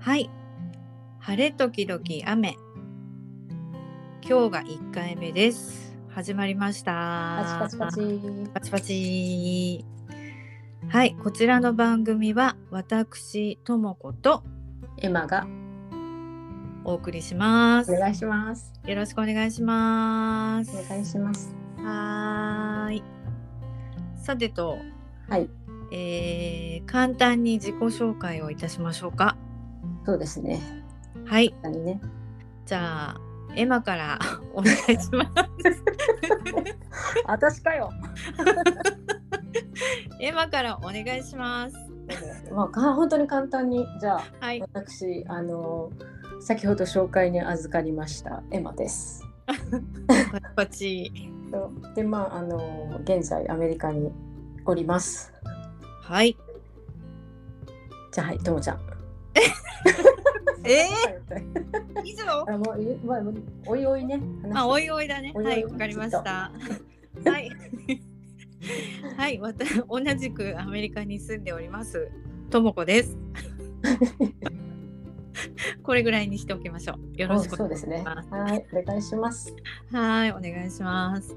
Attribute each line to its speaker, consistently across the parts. Speaker 1: はい。晴れ時々雨。今日が一回目です。始まりました。
Speaker 2: パチパチパチ。
Speaker 1: パチパチはい、こちらの番組は私ともこと
Speaker 2: エマが
Speaker 1: お送りします。
Speaker 2: お
Speaker 1: よ
Speaker 2: 願いします。
Speaker 1: ろしくお願いします。
Speaker 2: お願いします。
Speaker 1: はーい。さてと、
Speaker 2: はい、
Speaker 1: えー簡単に自己紹介をいたしましょうか。
Speaker 2: そうですね。
Speaker 1: はい、
Speaker 2: 何ね。
Speaker 1: じゃあエマから お願いします。
Speaker 2: 私かよ。
Speaker 1: エマからお願いします。
Speaker 2: まあか本当に簡単にじゃあ
Speaker 1: はい、
Speaker 2: 私あの先ほど紹介に預かりましたエマです。
Speaker 1: パチパチ。
Speaker 2: とでまああの現在アメリカにおります。
Speaker 1: はい。
Speaker 2: じゃあはいともちゃん。
Speaker 1: え
Speaker 2: はい
Speaker 1: ー、以上。
Speaker 2: あもういまあおいおいね。
Speaker 1: あ、おい
Speaker 2: い。
Speaker 1: おいだね。
Speaker 2: おいおい
Speaker 1: はい、わかりました。はい。 はい、また同じくアメリカに住んでおります。ともこ です。これぐらいにしておきましょう。よろしく
Speaker 2: そう
Speaker 1: お願
Speaker 2: で
Speaker 1: いし
Speaker 2: すね。
Speaker 1: ま
Speaker 2: はいお願いします。
Speaker 1: す。はい、お願いします。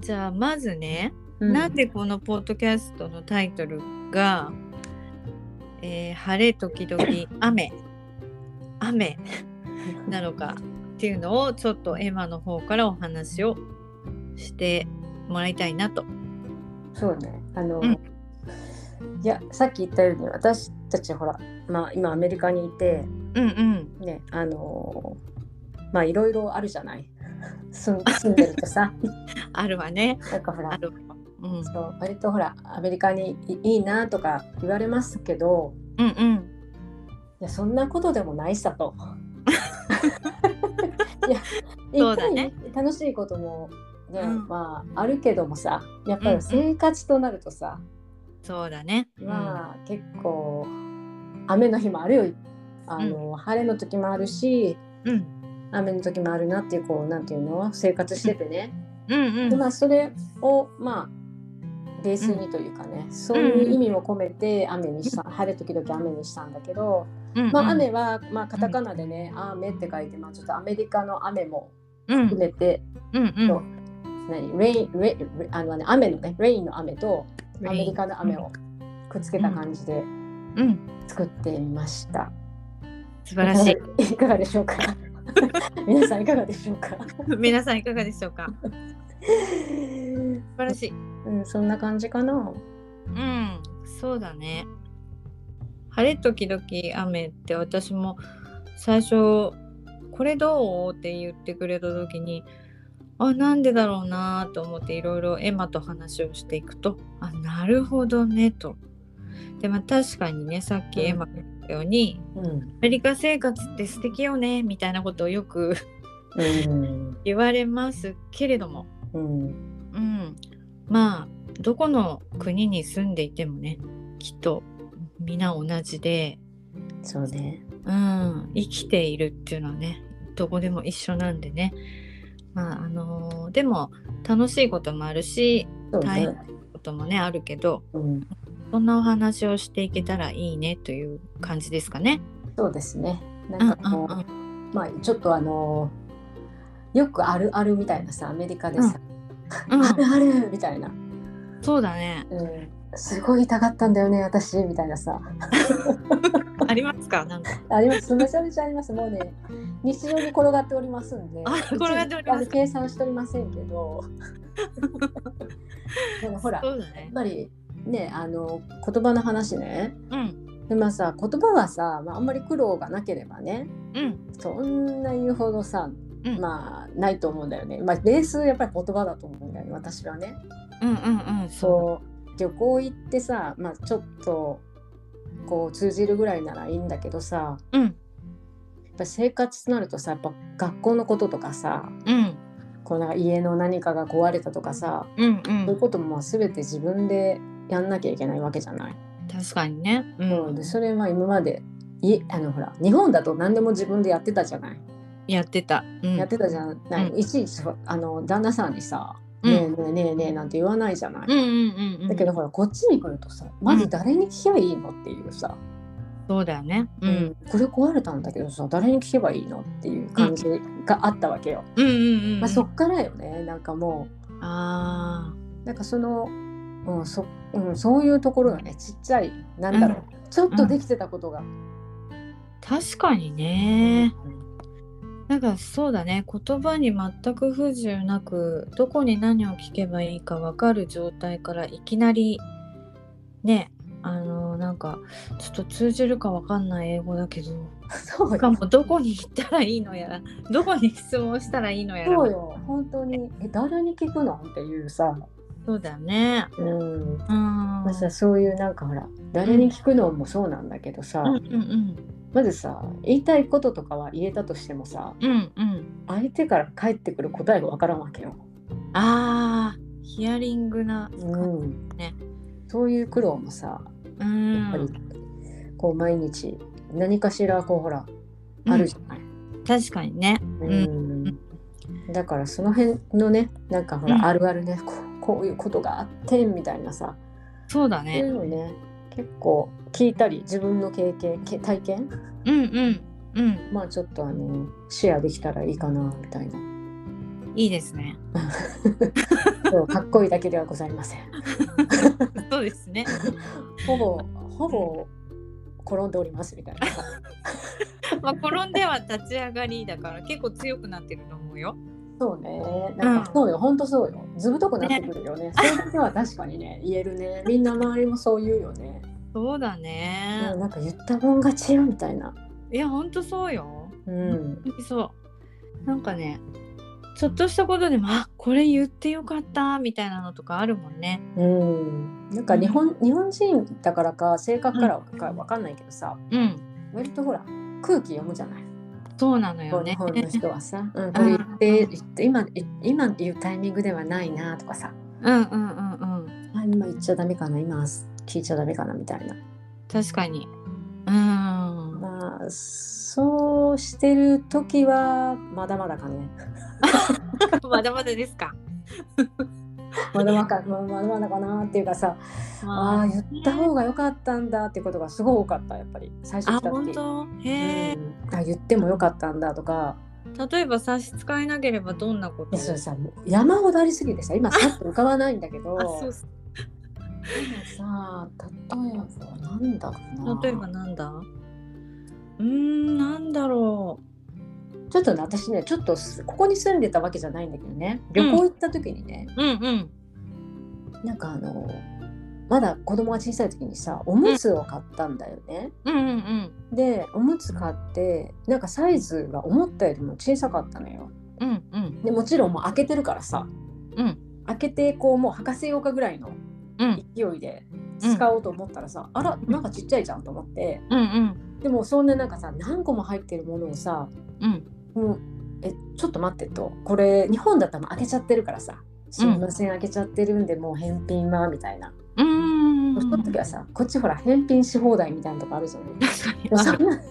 Speaker 1: じゃあまずね、
Speaker 2: うん
Speaker 1: なんでこのポッドキャストのタイトルが、えー晴れ時々雨雨なのかっていうのをちょっとエマの方からお話をしてもらいたいなと。
Speaker 2: そうねあの、
Speaker 1: うん
Speaker 2: いやさっき言ったように私たちほら、まあ、今アメリカにいて
Speaker 1: うんうん。
Speaker 2: ねあのまあいろいろあるじゃない 住ん住んでるとさ
Speaker 1: あるわね。
Speaker 2: なんかほ
Speaker 1: あ
Speaker 2: ら
Speaker 1: るわ。うん
Speaker 2: そう割とほらアメリカにいいいなとか言われますけど
Speaker 1: うんうん。
Speaker 2: いやそんなことでもないさ と。いや
Speaker 1: そうだね
Speaker 2: いっぱい楽しいことも、ね
Speaker 1: うん
Speaker 2: まああるけどもさやっぱり生活となるとさ、
Speaker 1: そうだね。うん
Speaker 2: まあ、結構雨の日もあるよあの、晴れの時もあるし
Speaker 1: うん
Speaker 2: 雨の時もあるなっていうこうなんていうの生活しててね、
Speaker 1: うんう
Speaker 2: で
Speaker 1: ん
Speaker 2: まあ、それをまあベースにというかね、そういう意味も込めて雨にした晴れ時々雨にしたんだけど、
Speaker 1: うん。
Speaker 2: まあ、雨は、まあ、カタカナでね「雨」って書いて、まあ、ちょっとアメリカの雨も
Speaker 1: うんうん
Speaker 2: 含めて、
Speaker 1: うん
Speaker 2: そう何レインレインあの、ね、雨のねレインの雨とアメリカの雨をくっつけた感じで。
Speaker 1: うん。
Speaker 2: 作ってみました。
Speaker 1: 素晴らしい。
Speaker 2: い。い かがでしょうか。皆さんいかがでしょうか。
Speaker 1: 皆さんいかがでしょうか。素晴らしい。
Speaker 2: うん、そんな感じかな。
Speaker 1: うん、そうだね。晴れ時々雨って私も最初これどうって言ってくれた時にあなんでだろうなと思っていろいろエマと話をしていくとあなるほどねと。でまあ確かにねさっきエマが言ったように、
Speaker 2: うん
Speaker 1: ア。メリカ生活って素敵よねみたいなことをよく
Speaker 2: うん。
Speaker 1: 言われますけれども、
Speaker 2: うん。
Speaker 1: うん、まあどこの国に住んでいてもねきっと皆同じで、
Speaker 2: そうね。
Speaker 1: うん、生きているっていうのはねどこでも一緒なんでね、まああのーでも楽しいこともあるし
Speaker 2: そう
Speaker 1: 大
Speaker 2: ね
Speaker 1: 変。こともねあるけど
Speaker 2: うん。
Speaker 1: そんなお話をしていけたらいいねという感じですかね。
Speaker 2: そうですね。
Speaker 1: う
Speaker 2: なんんかこ
Speaker 1: うんうん
Speaker 2: う、まあ、ちょっとあのよくあるあるみたいなさ、アメリカでさ、
Speaker 1: うん
Speaker 2: あるあるみたいな。
Speaker 1: そうだね
Speaker 2: うん。すごい痛かったんだよね、私みたいなさ。
Speaker 1: ありますかなんか
Speaker 2: あります。めちゃめちゃあります。もうね、日常に転がっておりますんで。
Speaker 1: あ転がっております
Speaker 2: あの計算しておりませんけ ど。でもほら、やっ
Speaker 1: そうだね。
Speaker 2: ぱりね、あの言葉の話ね。
Speaker 1: うん
Speaker 2: でまあさ、言葉はさ、まあ、あんまり苦労がなければね、
Speaker 1: うん
Speaker 2: そんな言うほどさ、
Speaker 1: うん
Speaker 2: まあないと思うんだよね。まあベースやっぱり言葉だと思うんだよね、私はね。
Speaker 1: うんうんうんそ
Speaker 2: そう旅行行ってさ、まあちょっとこう通じるぐらいならいいんだけどさ、
Speaker 1: ううん
Speaker 2: やっぱ生活となるとさやっぱ学校のこととかさ
Speaker 1: うん
Speaker 2: こうなんか家の何かが壊れたとかさ、
Speaker 1: うんう
Speaker 2: そういうんこともまあ全て自分でやんなきゃいけないわけじゃない。
Speaker 1: 確かにね。う
Speaker 2: うん、でそれは今までいあのほら日本だと何でも自分でやってたじゃない、
Speaker 1: やってた。うん、
Speaker 2: やってたじゃない、
Speaker 1: う
Speaker 2: いちいちあの旦那さんにさ「
Speaker 1: うん
Speaker 2: ねえねえねえねえ」なんて言わないじゃない。
Speaker 1: うんうんうんうん。
Speaker 2: だけどほらこっちに来るとさまず誰に聞きゃいいのっていうさ、
Speaker 1: そうだよね。う。
Speaker 2: うんん、これ壊れたんだけどさ誰に聞けばいいのっていう感じがあったわけよ。
Speaker 1: うんうんうん。
Speaker 2: まあ、そっからよねなんかも
Speaker 1: あ
Speaker 2: うなんかその、うんそうん、そういうところがねちっちゃいなんだろう、ちょっとできてたことが。
Speaker 1: あ、確かにね。なんかそうだね言葉に全く不自由なくどこに何を聞けばいいか分かる状態からいきなりねあのなんかちょっと通じるか分かんない英語だけど
Speaker 2: そう
Speaker 1: しか
Speaker 2: よ
Speaker 1: もどこに行ったらいいのやらどこに質問したらいいのやら
Speaker 2: そうよ本当にえ誰に聞くのっていうさ、
Speaker 1: そうだね
Speaker 2: うん
Speaker 1: うんうん
Speaker 2: まあ、さそういうなんかほら誰に聞くのもそうなんだけどさ、
Speaker 1: うんうん
Speaker 2: まずさ言いたいこととかは言えたとしてもさ
Speaker 1: うんうん
Speaker 2: 相手から返ってくる答えがわからんわけよ。
Speaker 1: あーヒアリングな
Speaker 2: うん
Speaker 1: ね
Speaker 2: そういう苦労もさ
Speaker 1: う
Speaker 2: やっぱり
Speaker 1: ん
Speaker 2: こう毎日何かしらこうほらあるじゃない。
Speaker 1: 確かにね
Speaker 2: うん
Speaker 1: ん
Speaker 2: だからその辺のねなんかほ
Speaker 1: うん
Speaker 2: らあるあるね、こうこういうことがあってみたいなさ
Speaker 1: そうだ
Speaker 2: そうい
Speaker 1: ね
Speaker 2: うのね結構聞いたり自分の経験け体験
Speaker 1: うんうんうん
Speaker 2: まあちょっとあのシェアできたらいいかなみたいな。
Speaker 1: いいですね
Speaker 2: そうかっこいいだけではございません。
Speaker 1: そうですね。
Speaker 2: ほぼほぼ転んでおりますみたいな。
Speaker 1: まあ、転んでは立ち上がりだから結構強くなってると思うよ。
Speaker 2: そうね。なんか
Speaker 1: うん
Speaker 2: そうよ、ほんとそうよ。ずぶとくなってくるよね。それだけは確かにね、言えるね。みんな周りもそう言うよね。
Speaker 1: そうだ
Speaker 2: も
Speaker 1: ね
Speaker 2: う。なんか言ったもん勝ちよみたいな。
Speaker 1: いや、ほんとそうよ。
Speaker 2: うん。
Speaker 1: そう。なんかね、ちょっとしたことでも、あこれ言ってよかったみたいなのとかあるもんね。
Speaker 2: うん。なんか日本日本人だからか性格からかわかんないけどさ、
Speaker 1: うん。
Speaker 2: 割とほら空気読むじゃない。
Speaker 1: そうなの
Speaker 2: こ
Speaker 1: よ
Speaker 2: う
Speaker 1: ね
Speaker 2: 日。本の人はさ、 うん、これ言って言って今い今言うタイミングではないなとかさ、
Speaker 1: うんうんうんうん。
Speaker 2: あ今言っちゃダメかな今聞いちゃダメかなみたいな。
Speaker 1: 確かに。うん。
Speaker 2: まあそうしてる時はまだまだか ね。
Speaker 1: まだまだですか。
Speaker 2: まだまだかまあまだまだかなっていうかさあ
Speaker 1: ま
Speaker 2: あ言った方が良かったんだっていうことがすごい多かったやっぱり最初
Speaker 1: あ、
Speaker 2: 来
Speaker 1: あ
Speaker 2: た
Speaker 1: 本
Speaker 2: 時。
Speaker 1: 当。
Speaker 2: う
Speaker 1: へえ。
Speaker 2: んあ言っても良かったんだとか
Speaker 1: 例えば差し支えなければどんなこと
Speaker 2: でそれさもう山ほどありすぎてさ今さっと浮かばないんだけど
Speaker 1: あそう
Speaker 2: でもさ例えばなんだろうな
Speaker 1: 例えばなんだうーんなんだろ
Speaker 2: ちょっとね私ねちょっとすここに住んでたわけじゃないんだけどね旅行行った時にね、
Speaker 1: ううんうん
Speaker 2: なんかあのまだ子供が小さい時にさおむつを買ったんだよね。
Speaker 1: うんうんうん
Speaker 2: でおむつ買ってなんかサイズが思ったよりも小さかったのよ。
Speaker 1: うんうん
Speaker 2: でもちろんもう開けてるからさ、
Speaker 1: うん
Speaker 2: 開けてこうもう履かせようかぐらいの
Speaker 1: うん
Speaker 2: 勢いで使おうと思ったらさ、あらなんかちっちゃいじゃんと思って
Speaker 1: うんうん
Speaker 2: でもそんななんかさ何個も入ってるものをさ
Speaker 1: うん
Speaker 2: もうえちょっと待ってとこれ日本だったらもう開けちゃってるからさ「すみません、開けちゃってるんでもう返品は」みたいな。
Speaker 1: うーん
Speaker 2: その時はさ、こっちほら返品し放題みたいなとこあるじゃない。
Speaker 1: 確かに
Speaker 2: もうそ
Speaker 1: あ
Speaker 2: んな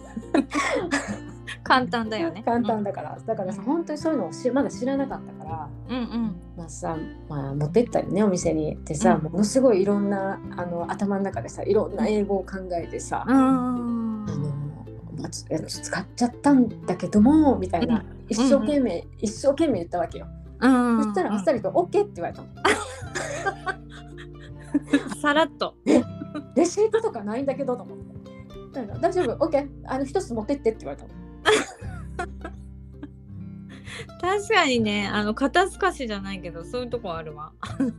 Speaker 1: 簡単だよね
Speaker 2: 簡単だから、だからさ本当にそういうのをしまだ知らなかったから、
Speaker 1: うんうん
Speaker 2: まあさ、まあ持ってったりねお店にでさ、
Speaker 1: うん
Speaker 2: ものすごいいろんなあの頭の中でさ、いろんな英語を考えてさ、
Speaker 1: う
Speaker 2: あ
Speaker 1: んうー
Speaker 2: の
Speaker 1: ん
Speaker 2: まあつえ使っちゃったんだけどもみたいな、一生懸命、一生懸命言ったわけよ。
Speaker 1: うん
Speaker 2: そしたらあっさりとオッケーって言われたの。
Speaker 1: さらっと
Speaker 2: レシートとかないんだけどと思って。だから大丈夫、オッケー、あの一つ持ってってって言われたの。
Speaker 1: 確かにねあの肩透かしじゃないけどそういうとこあるわ確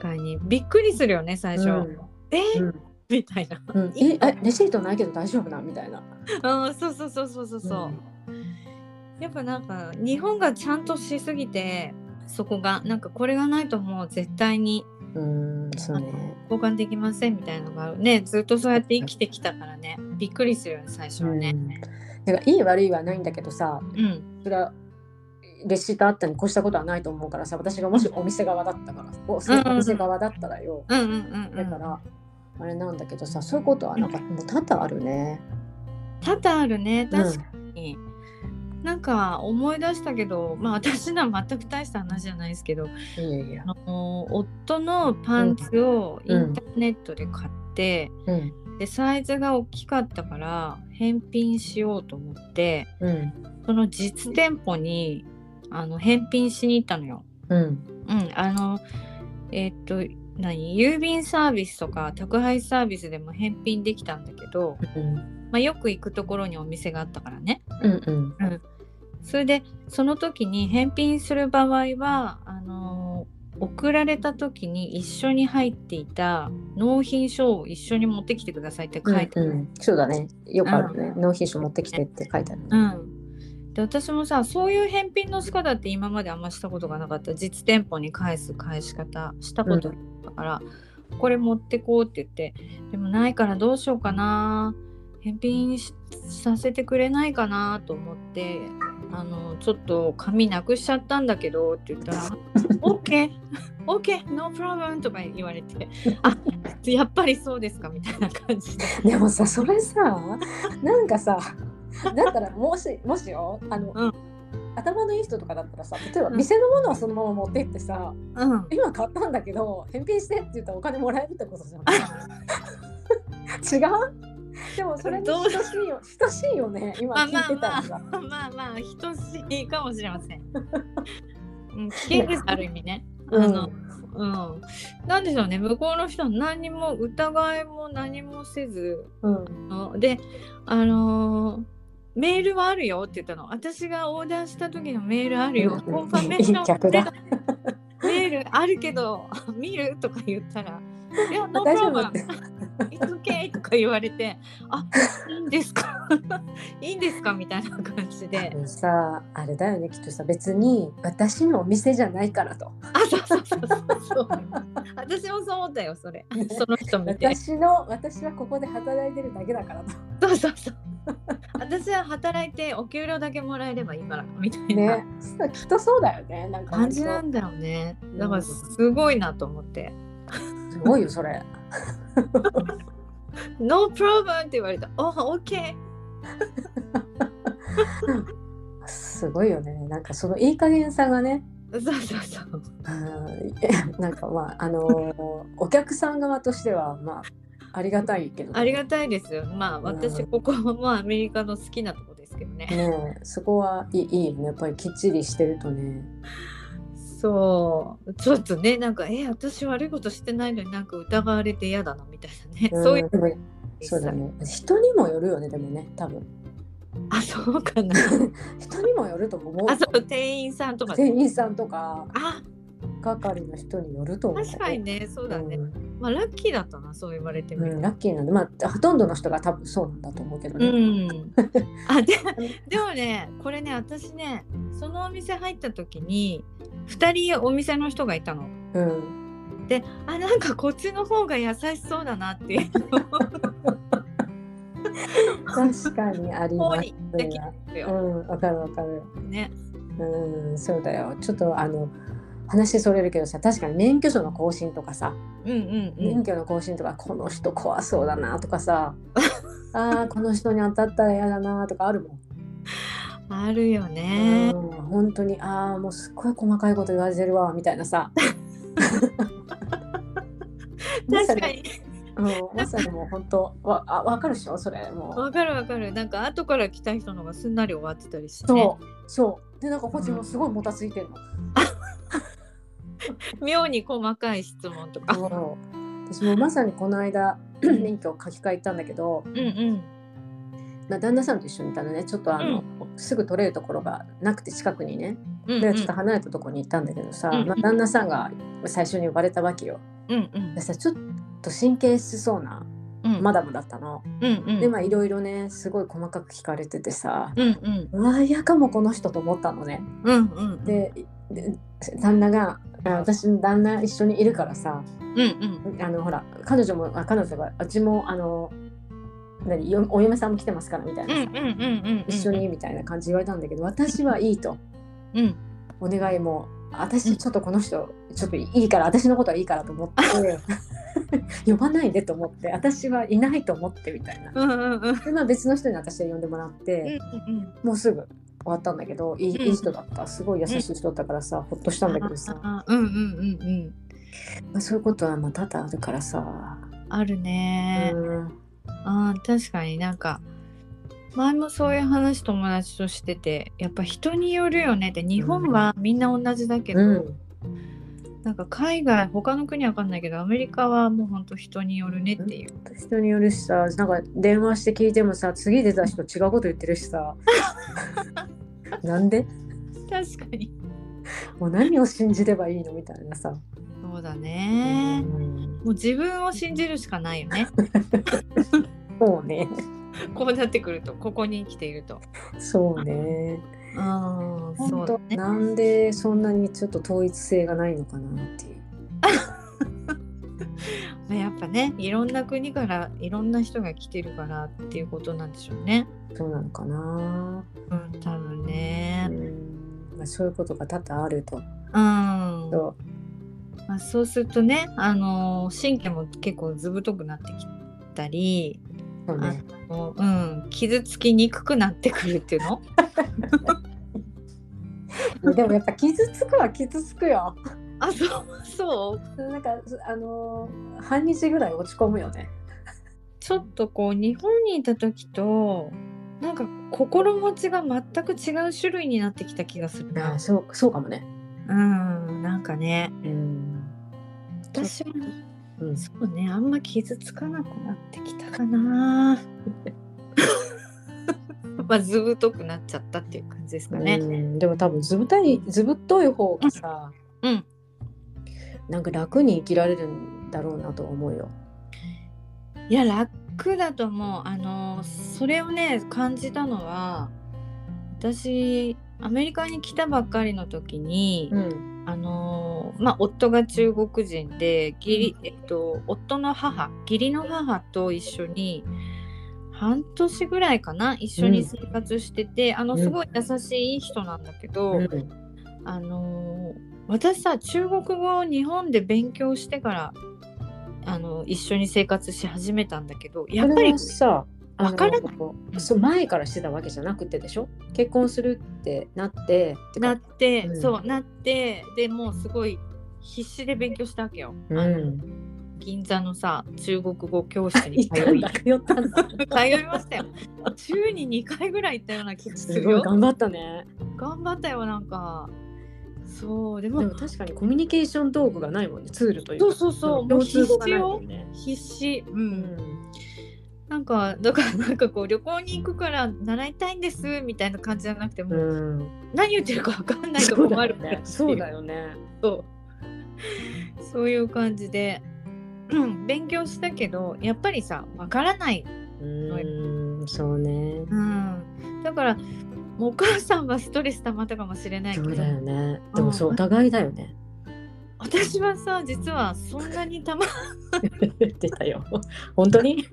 Speaker 1: かにびっくりするよね最初、
Speaker 2: うん
Speaker 1: えー
Speaker 2: うん
Speaker 1: みたいな
Speaker 2: うん、ええレシートないけど大丈夫なみたいな。
Speaker 1: うんそうそうそうそうそうそう、やっぱなんか日本がちゃんとしすぎてそこがなんかこれがないともう絶対に
Speaker 2: うん、そうね。
Speaker 1: 交換できませんみたいのがあるねずっとそうやって生きてきたからねびっくりするよね最初はね
Speaker 2: だからいい悪いはないんだけどさ、
Speaker 1: うん
Speaker 2: それはレシートあったに越したことはないと思うからさ、私がもしお店側だったから、おそうお店側だったらよ。
Speaker 1: うんうんうんう
Speaker 2: だか
Speaker 1: ん
Speaker 2: らあれなんだけどさ、そういうことはなんかもう多々あるね。
Speaker 1: 多々あるね
Speaker 2: うん
Speaker 1: 確かに、なんか思い出したけどまあ私のは全く大した話じゃないですけど
Speaker 2: いやいや
Speaker 1: あ。の夫のパンツをインターネットで買って、
Speaker 2: うん
Speaker 1: でサイズが大きかったから返品しようと思って
Speaker 2: うん
Speaker 1: その実店舗にあの返品しに行ったのよ。
Speaker 2: うん
Speaker 1: うん、あのえっと何郵便サービスとか宅配サービスでも返品できたんだけど、
Speaker 2: うん
Speaker 1: まあ、よく行くところにお店があったからね
Speaker 2: うん
Speaker 1: それでその時に返品する場合はあの送られた時に一緒に入っていた納品書を一緒に持ってきてくださいって書いてあ
Speaker 2: う
Speaker 1: る、
Speaker 2: んそうだねよくあるね納品書持ってきてって書いてある
Speaker 1: うんで私もさそういう返品の仕方って今まであんましたことがなかった実店舗に返す返し方したことだから、これ持ってこうって言ってでもないからどうしようかな返品しさせてくれないかなと思ってあのちょっと紙なくしちゃったんだけどって言ったら「OK! OK! No problem!」とか言われて「あやっぱりそうですか」みたいな感じで。
Speaker 2: でもさそれさなんかさだったらもしもしよあの、
Speaker 1: うん
Speaker 2: 頭のいい人とかだったらさ例えば
Speaker 1: うん
Speaker 2: 店のものはそのまま持ってってさ、
Speaker 1: うん
Speaker 2: 今買ったんだけど返品してって言ったらお金もらえるってこと じゃん違うでもそれに
Speaker 1: ど
Speaker 2: 等
Speaker 1: う
Speaker 2: しいよ等しいよね今
Speaker 1: まあ
Speaker 2: 聞いてたらさ、
Speaker 1: まあまあ等しいかもしれま せん。うん、危険ですある意味ね。あ
Speaker 2: うん
Speaker 1: の、うん、なんでしょうね。向こうの人は何にも疑いも何もせず、
Speaker 2: うん
Speaker 1: ので、あのーメールはあるよって言ったの。私がオーダーした時のメールあるよ。
Speaker 2: うん
Speaker 1: コンファメーション
Speaker 2: いい客だ
Speaker 1: メールあるけど 見るとか言った ら、いや、ノー
Speaker 2: 大
Speaker 1: プ
Speaker 2: 丈
Speaker 1: ロ
Speaker 2: 夫
Speaker 1: マ
Speaker 2: っ
Speaker 1: ン
Speaker 2: て。
Speaker 1: いつけとか言われて、あ、いいんですか、 いいんですかみたいな感じで
Speaker 2: あ。のさあれだよねきっとさ別に私のお店じゃないからと
Speaker 1: あ、そうそうそうそう。私もそう思ったよ、そ れ。その人見て。
Speaker 2: 私の私はここで働いてるだけだからと
Speaker 1: そうそうそう。私は働いてお給料だけもらえればいいからみたいな
Speaker 2: ねきっとそうだよねなんか
Speaker 1: 感
Speaker 2: 割と
Speaker 1: じなんだよね。だからすごいなと思って。
Speaker 2: すごいよそれ
Speaker 1: No problem って言われた。お、OK。
Speaker 2: すごいよねなんかそのいい加減さがね
Speaker 1: そうそうそう。
Speaker 2: うん なんかまああのーお客さん側としてはまあありがたいけど、
Speaker 1: ありがたいですよ。まあ
Speaker 2: う
Speaker 1: 私
Speaker 2: ん
Speaker 1: ここはもうアメリカの好きなとこですけどね。
Speaker 2: ねえそこはいいいいよねやっぱりきっちりしてるとね
Speaker 1: そう。ちょっとね、なんか、え、私悪いことしてないのになんか疑われて嫌だなみたいなね。
Speaker 2: うん
Speaker 1: そういう。
Speaker 2: でもそうだ。ね人にもよるよねでもね多分
Speaker 1: あ、そうかな。
Speaker 2: 人にもよると思う
Speaker 1: あ、そう、店員さんとか。
Speaker 2: 店員さんとか
Speaker 1: あ、
Speaker 2: 係の人によると思う
Speaker 1: 確かにね、そうだね。
Speaker 2: うん
Speaker 1: まあ、ラッキーだったな、そう言われてみ
Speaker 2: う
Speaker 1: る
Speaker 2: んラッキーなんでまあほとんどの人が多分そうなんだと思うけど
Speaker 1: う
Speaker 2: ね、
Speaker 1: ん。あ、 で、でもね、これね、私ね、そのお店入った時に。二人お店の人がいたの。
Speaker 2: うん
Speaker 1: で、あ、なんかこっちの方が優しそうだなっていう
Speaker 2: 確かにあり
Speaker 1: 方
Speaker 2: ます
Speaker 1: に行ってきたんです
Speaker 2: う
Speaker 1: よ。
Speaker 2: んわかるわかる
Speaker 1: ね。
Speaker 2: うんそうだよちょっとあの話それるけどさ確かに免許証の更新とかさ、
Speaker 1: うんうんう
Speaker 2: 免
Speaker 1: ん。
Speaker 2: 許の更新とかこの人怖そうだなとか さあーこの人に当たったら嫌だなとかあるもん、
Speaker 1: あるよね。
Speaker 2: うん、本当にああもうすっごい細かいこと言われてるわみたいなさまさ
Speaker 1: 確かに。
Speaker 2: うんまさにもう本当わあわかるでしょそれもう
Speaker 1: わかるわかる。なんか後から来た人のがすんなり終わってたりして、ね
Speaker 2: そ。うそうでなんかこっちもすごいもたついてるの、
Speaker 1: 妙に細かい質問とか。
Speaker 2: うん私もまさにこの 間免許を書き換え行ったんだけど、
Speaker 1: うんうん。
Speaker 2: まあ、旦那さんと一緒にいたのねちょっとあの、すぐ取れるところがなくて近くにね
Speaker 1: うんう
Speaker 2: で
Speaker 1: ん
Speaker 2: ちょっと離れたところに行ったんだけどさ、
Speaker 1: うんうん
Speaker 2: まあ、旦那さんが最初に呼ばれたわけよ。
Speaker 1: うんうん
Speaker 2: でさちょっと神経質そうな
Speaker 1: うん。
Speaker 2: マダムだったの。
Speaker 1: うんうん。
Speaker 2: でまあいろいろねすごい細かく聞かれててさ、
Speaker 1: うんうん
Speaker 2: うわ嫌かもこの人と思ったのね。
Speaker 1: うんうん。
Speaker 2: でで旦那があ私の旦那一緒にいるからさ
Speaker 1: うんうん。
Speaker 2: あのほら彼女もあ彼女がうちもあの何よお嫁さんも来てますからみたい
Speaker 1: うんう
Speaker 2: なさ、
Speaker 1: んうんうん。
Speaker 2: 一緒。にみたいな感じ言われたんだけど私はいいと
Speaker 1: うん
Speaker 2: お願いも私ちょっとこの人ちょっといいから私のことはいいからと思って 呼ばないでと思って私はいないと思ってみたいな
Speaker 1: うんうんうんうん
Speaker 2: で、まあ、別の人に私は呼んでもらって、
Speaker 1: うん。
Speaker 2: もうすぐ終わったんだけどいい,、
Speaker 1: うん
Speaker 2: いい人だったすごい優しい人だったからさほっとしたんだけどさ、ま
Speaker 1: あうんうんうんうん。
Speaker 2: あ、そういうことはまあ多々あるからさ、
Speaker 1: あるね
Speaker 2: う。ん
Speaker 1: あー確かになんか前もそういう話友達としててやっぱ人によるよねって日本はみんな同じだけど、
Speaker 2: うん、
Speaker 1: なんか海外他の国わかんないけどアメリカはもうほんと人によるねっていう、
Speaker 2: 人によるしさなんか電話して聞いてもさ次出た人違うこと言ってる しさなんで
Speaker 1: 確かに
Speaker 2: もう何を信じればいいのみたいなさ、
Speaker 1: そうだねもう自分を信じるしかないよね
Speaker 2: そうね
Speaker 1: こうなってくるとここに生きていると
Speaker 2: そうね
Speaker 1: ああそうだ
Speaker 2: 本当
Speaker 1: ね
Speaker 2: なんでそんなにちょっと統一性がないのかなっていう
Speaker 1: まあやっぱねいろんな国からいろんな人が来てるからっていうことなんでしょうね
Speaker 2: そうなのかな、
Speaker 1: うん多分
Speaker 2: う
Speaker 1: ね
Speaker 2: んまあ、そういうことが多々あると
Speaker 1: うんま
Speaker 2: そ
Speaker 1: あ、そうするとねあのー神経も結構ずぶとくなってきたり
Speaker 2: うね
Speaker 1: あのうん傷つきにくくなってくるっていう の
Speaker 2: でもやっぱ傷つくは傷つくよ
Speaker 1: あそうそう
Speaker 2: なんかあのー半日ぐらい落ち込むよね
Speaker 1: ちょっとこう日本にいた時となんか心持ちが全く違う種類になってきた気がするな。
Speaker 2: そうそうかもね
Speaker 1: うん、なんかね
Speaker 2: うん、
Speaker 1: 私も
Speaker 2: うん、
Speaker 1: そうねあんま傷つかなくなってきたかな。まあずぶとくなっちゃったっていう感じですかね。
Speaker 2: うんでも多分ずぶたいずぶっとい方がさ、
Speaker 1: うん、
Speaker 2: なんか楽に生きられるんだろうなと思うよ。
Speaker 1: いや楽だと思うあのそれをね感じたのは私アメリカに来たばっかりの時に、
Speaker 2: うん、
Speaker 1: あのーまあ、夫が中国人で義理、えっと、夫の母義理の母と一緒に半年ぐらいかな一緒に生活してて、あの
Speaker 2: うん
Speaker 1: すごい優しいいい人なんだけど、
Speaker 2: うん、
Speaker 1: あのー私さ中国語を日本で勉強してからあの一緒に生活し始めたんだけどやっぱ
Speaker 2: これ
Speaker 1: り
Speaker 2: はさあの
Speaker 1: わからなうん
Speaker 2: そう前からしてたわけじゃなくてでしょ結婚するってなっててか
Speaker 1: なって、
Speaker 2: うん
Speaker 1: そうなってでもうすごい必死で勉強したわけよ。
Speaker 2: う
Speaker 1: あの
Speaker 2: ん、
Speaker 1: 銀座のさ中国語教室に
Speaker 2: 行っ
Speaker 1: 通
Speaker 2: たん
Speaker 1: い
Speaker 2: だ通ったんだ
Speaker 1: 通いましたよ。週に2回ぐらい行ったような気がす
Speaker 2: す
Speaker 1: る
Speaker 2: ごい
Speaker 1: よ。
Speaker 2: 頑張ったね
Speaker 1: 頑張ったよ、なんか。そう、でも、
Speaker 2: でも確かにコミュニケーション道具がないもんねツールというか
Speaker 1: そうそうそう、もう
Speaker 2: 共
Speaker 1: 必
Speaker 2: 通語が
Speaker 1: 死
Speaker 2: ないも
Speaker 1: よ
Speaker 2: ん。ね
Speaker 1: 必死。う。
Speaker 2: うん
Speaker 1: なんか、だから、なんかこう、旅行に行くから習いたいんです、みたいな感じじゃなくて、もう、
Speaker 2: ん、うん、
Speaker 1: 何言ってるかわかんないと
Speaker 2: そう
Speaker 1: 困
Speaker 2: だ
Speaker 1: る
Speaker 2: よ
Speaker 1: から
Speaker 2: ねそうだよね
Speaker 1: そうそういう感じで、うん、勉強したけど、やっぱりさ、わからない
Speaker 2: うんそうね
Speaker 1: うんだからもうお母さんはストレス溜まったかもしれないけ
Speaker 2: そ
Speaker 1: ど
Speaker 2: うだよねでもそう
Speaker 1: うん
Speaker 2: お互いだよね
Speaker 1: 私はさ実はそんなにたまい
Speaker 2: 言ってたよ。本当に？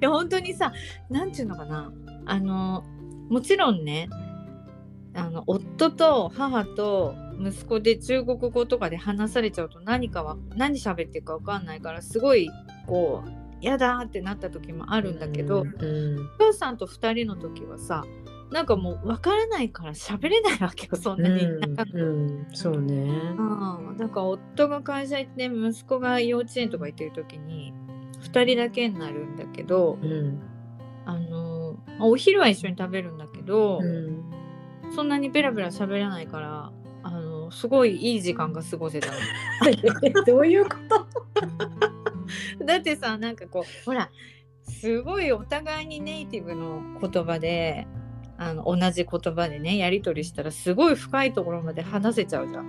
Speaker 1: や本当にさなんていうのかなあのもちろんねあの夫と母と息子で中国語とかで話されちゃうと何かは何喋ってるかわかんないからすごいこうやだーってなった時もあ
Speaker 2: あ
Speaker 1: るんだけど、
Speaker 2: うん、
Speaker 1: お母さんと2人の時はさなんかもう分からないから喋れないわけよそん
Speaker 2: う
Speaker 1: なに、
Speaker 2: ん、うん、そうね。
Speaker 1: うん、なんか夫が会社行って息子が幼稚園とか行ってる時に2人だけになるんだけど、
Speaker 2: うん、
Speaker 1: あのまあお昼は一緒に食べるんだけど、
Speaker 2: うん、
Speaker 1: そんなにベラベラ喋らないからあのすごいいい時間が過ごせたの
Speaker 2: どういうこと？
Speaker 1: だってさなんかこうほらすごいお互いにネイティブの言葉であの同じ言葉でねやり取りしたらすごい深いところまで話せちゃうじゃん、
Speaker 2: う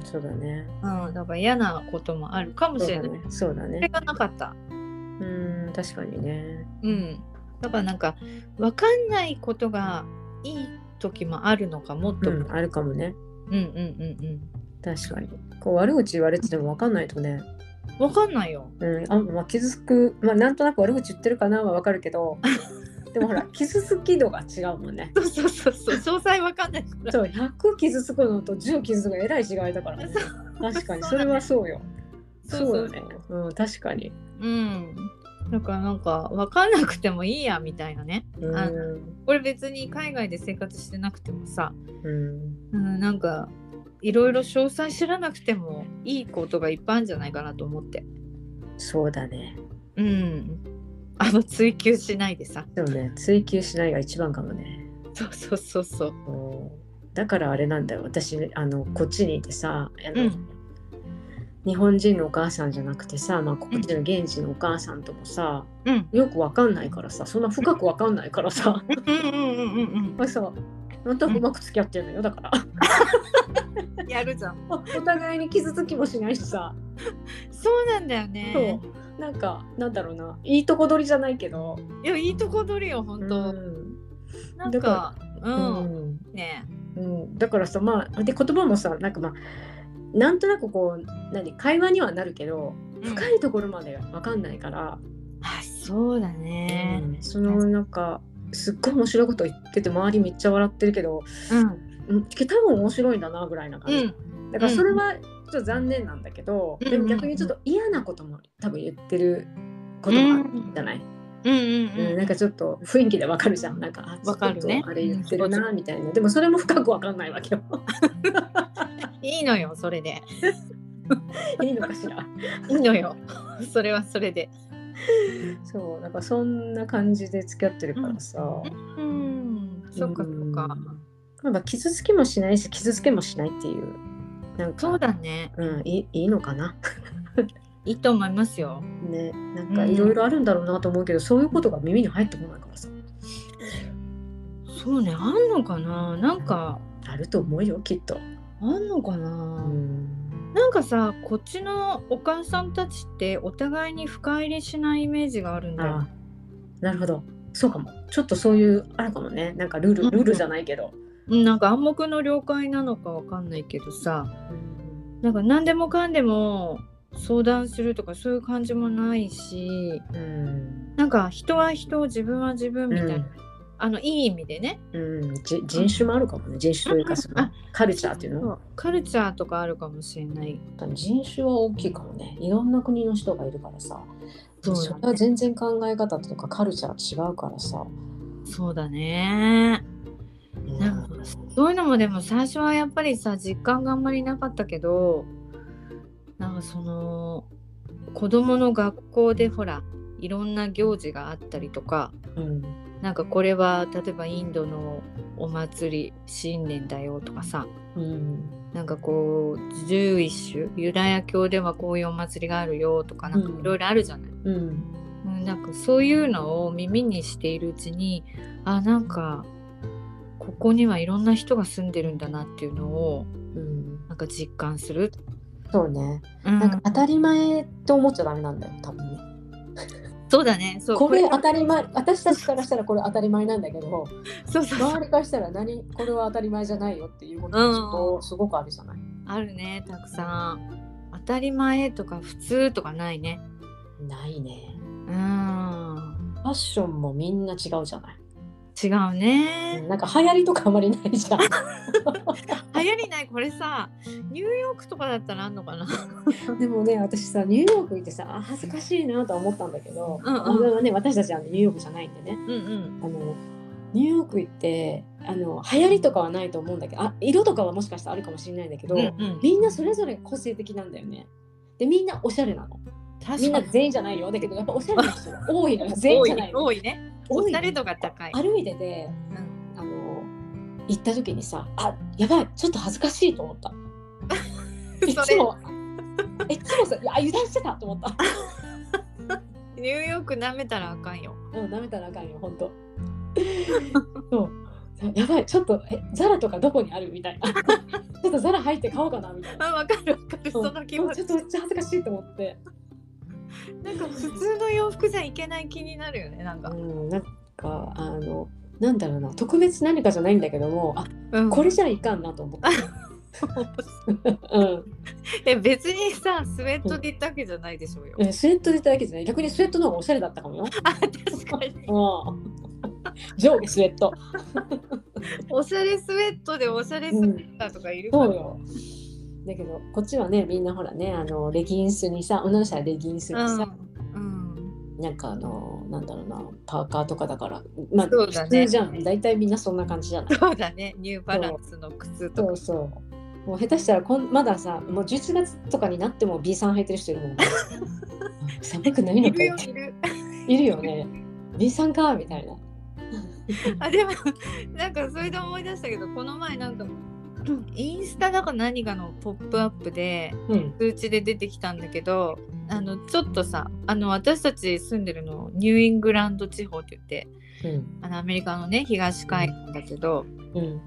Speaker 2: ん、そうだね。
Speaker 1: うん、だから嫌なこともあるかも
Speaker 2: そ
Speaker 1: しれ
Speaker 2: うだ
Speaker 1: ない。
Speaker 2: ね。そうだ
Speaker 1: それ
Speaker 2: ね。
Speaker 1: がなかった
Speaker 2: うん、確かにね。
Speaker 1: うん、だからなんか分かんないことがいい時もあるのかもっ
Speaker 2: う
Speaker 1: と、うん、
Speaker 2: ん、あるかもね。
Speaker 1: うんうん
Speaker 2: 確かに。こう悪口言われててもわかんないとね。
Speaker 1: うん分かんないよ
Speaker 2: うん、あ、まあ傷つく、まあなんとなく悪口言ってるかなはわかる けど、でもほら傷つき度が違うもんね。
Speaker 1: そうそうそうそう詳細分かんないから
Speaker 2: そう、100傷つくのと10傷つくのえらい違いだ から、ね。確かにそれはそうよ。そうだね。うん、確かに。
Speaker 1: うんだからなんか分かんなくてもいいやみたいなね
Speaker 2: うん
Speaker 1: あこれ別に海外で生活してなくてもさ、
Speaker 2: うん、
Speaker 1: うん、なんかいろいろ詳細知らなくてもいいことがいっぱいあるんじゃないかなと思って
Speaker 2: そうだね。
Speaker 1: うんあの追求しないでさ
Speaker 2: でもね追求しないが一番かもね
Speaker 1: そうそうそうそう
Speaker 2: そうだからあれなんだよ私あのこっちにいてさあ
Speaker 1: う
Speaker 2: の、
Speaker 1: ん
Speaker 2: 日本人のお母さんじゃなくてさ、まあ、こっちの現地のお母さんともさ、
Speaker 1: うん
Speaker 2: よくわかんないからさそんな深くわかんないからさ
Speaker 1: うんうんうんうん
Speaker 2: まあさあんたうまく付き合ってんのよだから
Speaker 1: うんやるじゃん
Speaker 2: お互いに傷つきもしないしさ
Speaker 1: そうなんだよ
Speaker 2: そ
Speaker 1: ね
Speaker 2: うなんかなんだろうないいとこ取りじゃないけど
Speaker 1: いやいいとこ取りよ本当、なん
Speaker 2: だ
Speaker 1: か
Speaker 2: か
Speaker 1: う、
Speaker 2: うんん
Speaker 1: ね
Speaker 2: うん、だからさまあで言葉もさなんかまあなんとなくこう何会話にはなるけど深
Speaker 1: い、
Speaker 2: いところまでわかんないか
Speaker 1: あ
Speaker 2: ら、
Speaker 1: そうだね
Speaker 2: うんそのなんかすっごい面白いこと言ってて周りめっちゃ笑ってるけど、
Speaker 1: うん
Speaker 2: うん、多分面白いんだなぐらいな感
Speaker 1: う
Speaker 2: じ、
Speaker 1: ん
Speaker 2: だからそれはちょっと残念なんだけど、
Speaker 1: うん
Speaker 2: でも逆にちょっと嫌なことも多分言ってることもあるじゃない、
Speaker 1: うん
Speaker 2: うん
Speaker 1: うん
Speaker 2: なんかちょっと雰囲気でわかるじゃんなんかあ
Speaker 1: わかるね
Speaker 2: ちょっとあれ言ってるなみたいなでもそれも深くわかんないわけよ
Speaker 1: いいのよそれで
Speaker 2: いいのかしら
Speaker 1: いいのよそれはそれで
Speaker 2: そうなんかそんな感じで付き合ってるからさ、
Speaker 1: うんそっかそっか
Speaker 2: なんか傷つきもしないし傷つけもしないっていうなんか
Speaker 1: そうだね
Speaker 2: うん、いいいいのかな
Speaker 1: いいと思いますよ
Speaker 2: ねなんかいろいろあるんだろうなと思うけど、そういうことが耳に入ってこないからさ
Speaker 1: そうねあんのかななんか
Speaker 2: あると思うよきっと。
Speaker 1: あんのか
Speaker 2: う
Speaker 1: な、
Speaker 2: ん
Speaker 1: なんかさこっちのお母さんたちってお互いに深入りしないイメージがあるんだよ
Speaker 2: あなるほどそうかもちょっとそういうあるかもねなんかルー
Speaker 1: うんう
Speaker 2: ル
Speaker 1: ん
Speaker 2: ルールじゃないけど、
Speaker 1: うんなんか暗黙の了解なのかわかんないけどさなんか何でもかんでも相談するとかそういう感じもないし
Speaker 2: うんうん
Speaker 1: なんか人は人自分は自分みたいな、
Speaker 2: うん
Speaker 1: あのいい意味でね
Speaker 2: うん、じ人種もあるかもね人種というかそ
Speaker 1: うんうん
Speaker 2: のカルチャーっていうの
Speaker 1: カルチャーとかあるかもしれない
Speaker 2: 人種は大きいかもねいろんな国の人がいるからさ
Speaker 1: そうだね
Speaker 2: それは全然考え方とかカルチャー違うからさ、
Speaker 1: そうだねなんかそういうのもでも最初はやっぱりさ実感があんまりなかったけどなんかその子供の学校でほらいろんな行事があったりとか
Speaker 2: うん
Speaker 1: なんかこれは例えばインドのお祭り新年だよとかさ
Speaker 2: うん
Speaker 1: なんかこうジューイッシュユダヤ教ではこういうお祭りがあるよとかなんか
Speaker 2: うん
Speaker 1: いろいろあるじゃない、
Speaker 2: うん
Speaker 1: うん、なんかそういうのを耳にしているうちにあなんかここにはいろんな人が住んでるんだなっていうのを
Speaker 2: うん
Speaker 1: なんか実感する。
Speaker 2: そうね、
Speaker 1: うん、
Speaker 2: なんか当たり前って思っちゃダメなんだよ多分ね
Speaker 1: そうだね。そう
Speaker 2: これ当たり前私たちからしたらこれ当たり前なんだけど
Speaker 1: そうそうそう
Speaker 2: 周りからしたら何これは当たり前じゃないよっていうこと
Speaker 1: うん
Speaker 2: がちょっとすごくあるじゃない、
Speaker 1: あるねたくさん。当たり前とか普通とかないね。
Speaker 2: ないね
Speaker 1: うん
Speaker 2: ファッションもみんな違うじゃない、
Speaker 1: 違うね。
Speaker 2: なんか流行りとかあまりないじゃん
Speaker 1: 流行りないこれさニューヨークとかだったらあんのかな。
Speaker 2: でもね私さニューヨーク行ってさあ恥ずかしいなとは思ったんだけど、
Speaker 1: うんうん
Speaker 2: あのね、私たちはニューヨークじゃないんでね
Speaker 1: うんうん。
Speaker 2: あのニューヨーク行ってあの流行りとかはないと思うんだけどあ色とかはもしかしたらあるかもしれないんだけど、
Speaker 1: うんうん、
Speaker 2: みんなそれぞれ個性的なんだよね。でみんなおしゃれなの。み
Speaker 1: 確
Speaker 2: ん
Speaker 1: か
Speaker 2: な
Speaker 1: に
Speaker 2: 全員じゃないよだけどやっぱおしゃれな人が多いのよ全員
Speaker 1: 多
Speaker 2: じゃ
Speaker 1: い
Speaker 2: ない
Speaker 1: ね
Speaker 2: の。
Speaker 1: 多いね。おしゃれ度が高い。
Speaker 2: 歩いてて
Speaker 1: うん
Speaker 2: あの行った時にさあやばいちょっと恥ずかしいと思った。い
Speaker 1: そ
Speaker 2: つ
Speaker 1: れ
Speaker 2: もいつもさいや油断してたと思った。
Speaker 1: ニューヨーク舐めたらあかんよ。
Speaker 2: うん舐めたらあかんよ 本当。そうやばいちょっとえザラとかどこにあるみたいな。 ちょっとザラ入って買おうかなみたいな。
Speaker 1: あわかるわかるその気持
Speaker 2: ち
Speaker 1: ち
Speaker 2: ょっ。とめっちゃ恥ずかしいと思って。
Speaker 1: なんか普通の洋服じゃいけない気になるよねなんか。
Speaker 2: うん、なんかあのなんだろうな特別何かじゃないんだけどもあ
Speaker 1: うん
Speaker 2: これじゃいかんなと思って、うん
Speaker 1: え別にさスウェットで行ったわけじゃないでしょうよ。
Speaker 2: え、スウェットでいただけじゃない逆にスウェットの方がおしゃれだったかもよ、
Speaker 1: あ確かに
Speaker 2: うん、 上下スウェット
Speaker 1: おしゃれスウェットでおしゃれスウェッターとかいるか
Speaker 2: そ
Speaker 1: ら、
Speaker 2: うよだけどこっちはねみんなほらねあのレギンスにさ女の人はレギンスにさ、
Speaker 1: うん
Speaker 2: なんかあのなんだろうなパーカーとかだからまあ、
Speaker 1: そうだ
Speaker 2: 普
Speaker 1: ね
Speaker 2: 通じゃん大体みんなそんな感じじゃない
Speaker 1: うん、そうだねニューバランスの靴と
Speaker 2: そ
Speaker 1: か
Speaker 2: うそう。もう下手したらこんまださもう11月とかになっても B さん履いてる人いるもんね。寒くないの
Speaker 1: い
Speaker 2: か
Speaker 1: る
Speaker 2: よ
Speaker 1: よ
Speaker 2: って
Speaker 1: いる
Speaker 2: いるよね。B さんかみたいな。
Speaker 1: あでもなんかそれで思い出したけどこの前なんかインスタだか何かのポップアップで
Speaker 2: うん。
Speaker 1: 通知で出てきたんだけどあのちょっとさあの私たち住んでるのニューイングランド地方って言って
Speaker 2: うん。
Speaker 1: あのアメリカのね東海岸だけど
Speaker 2: うん。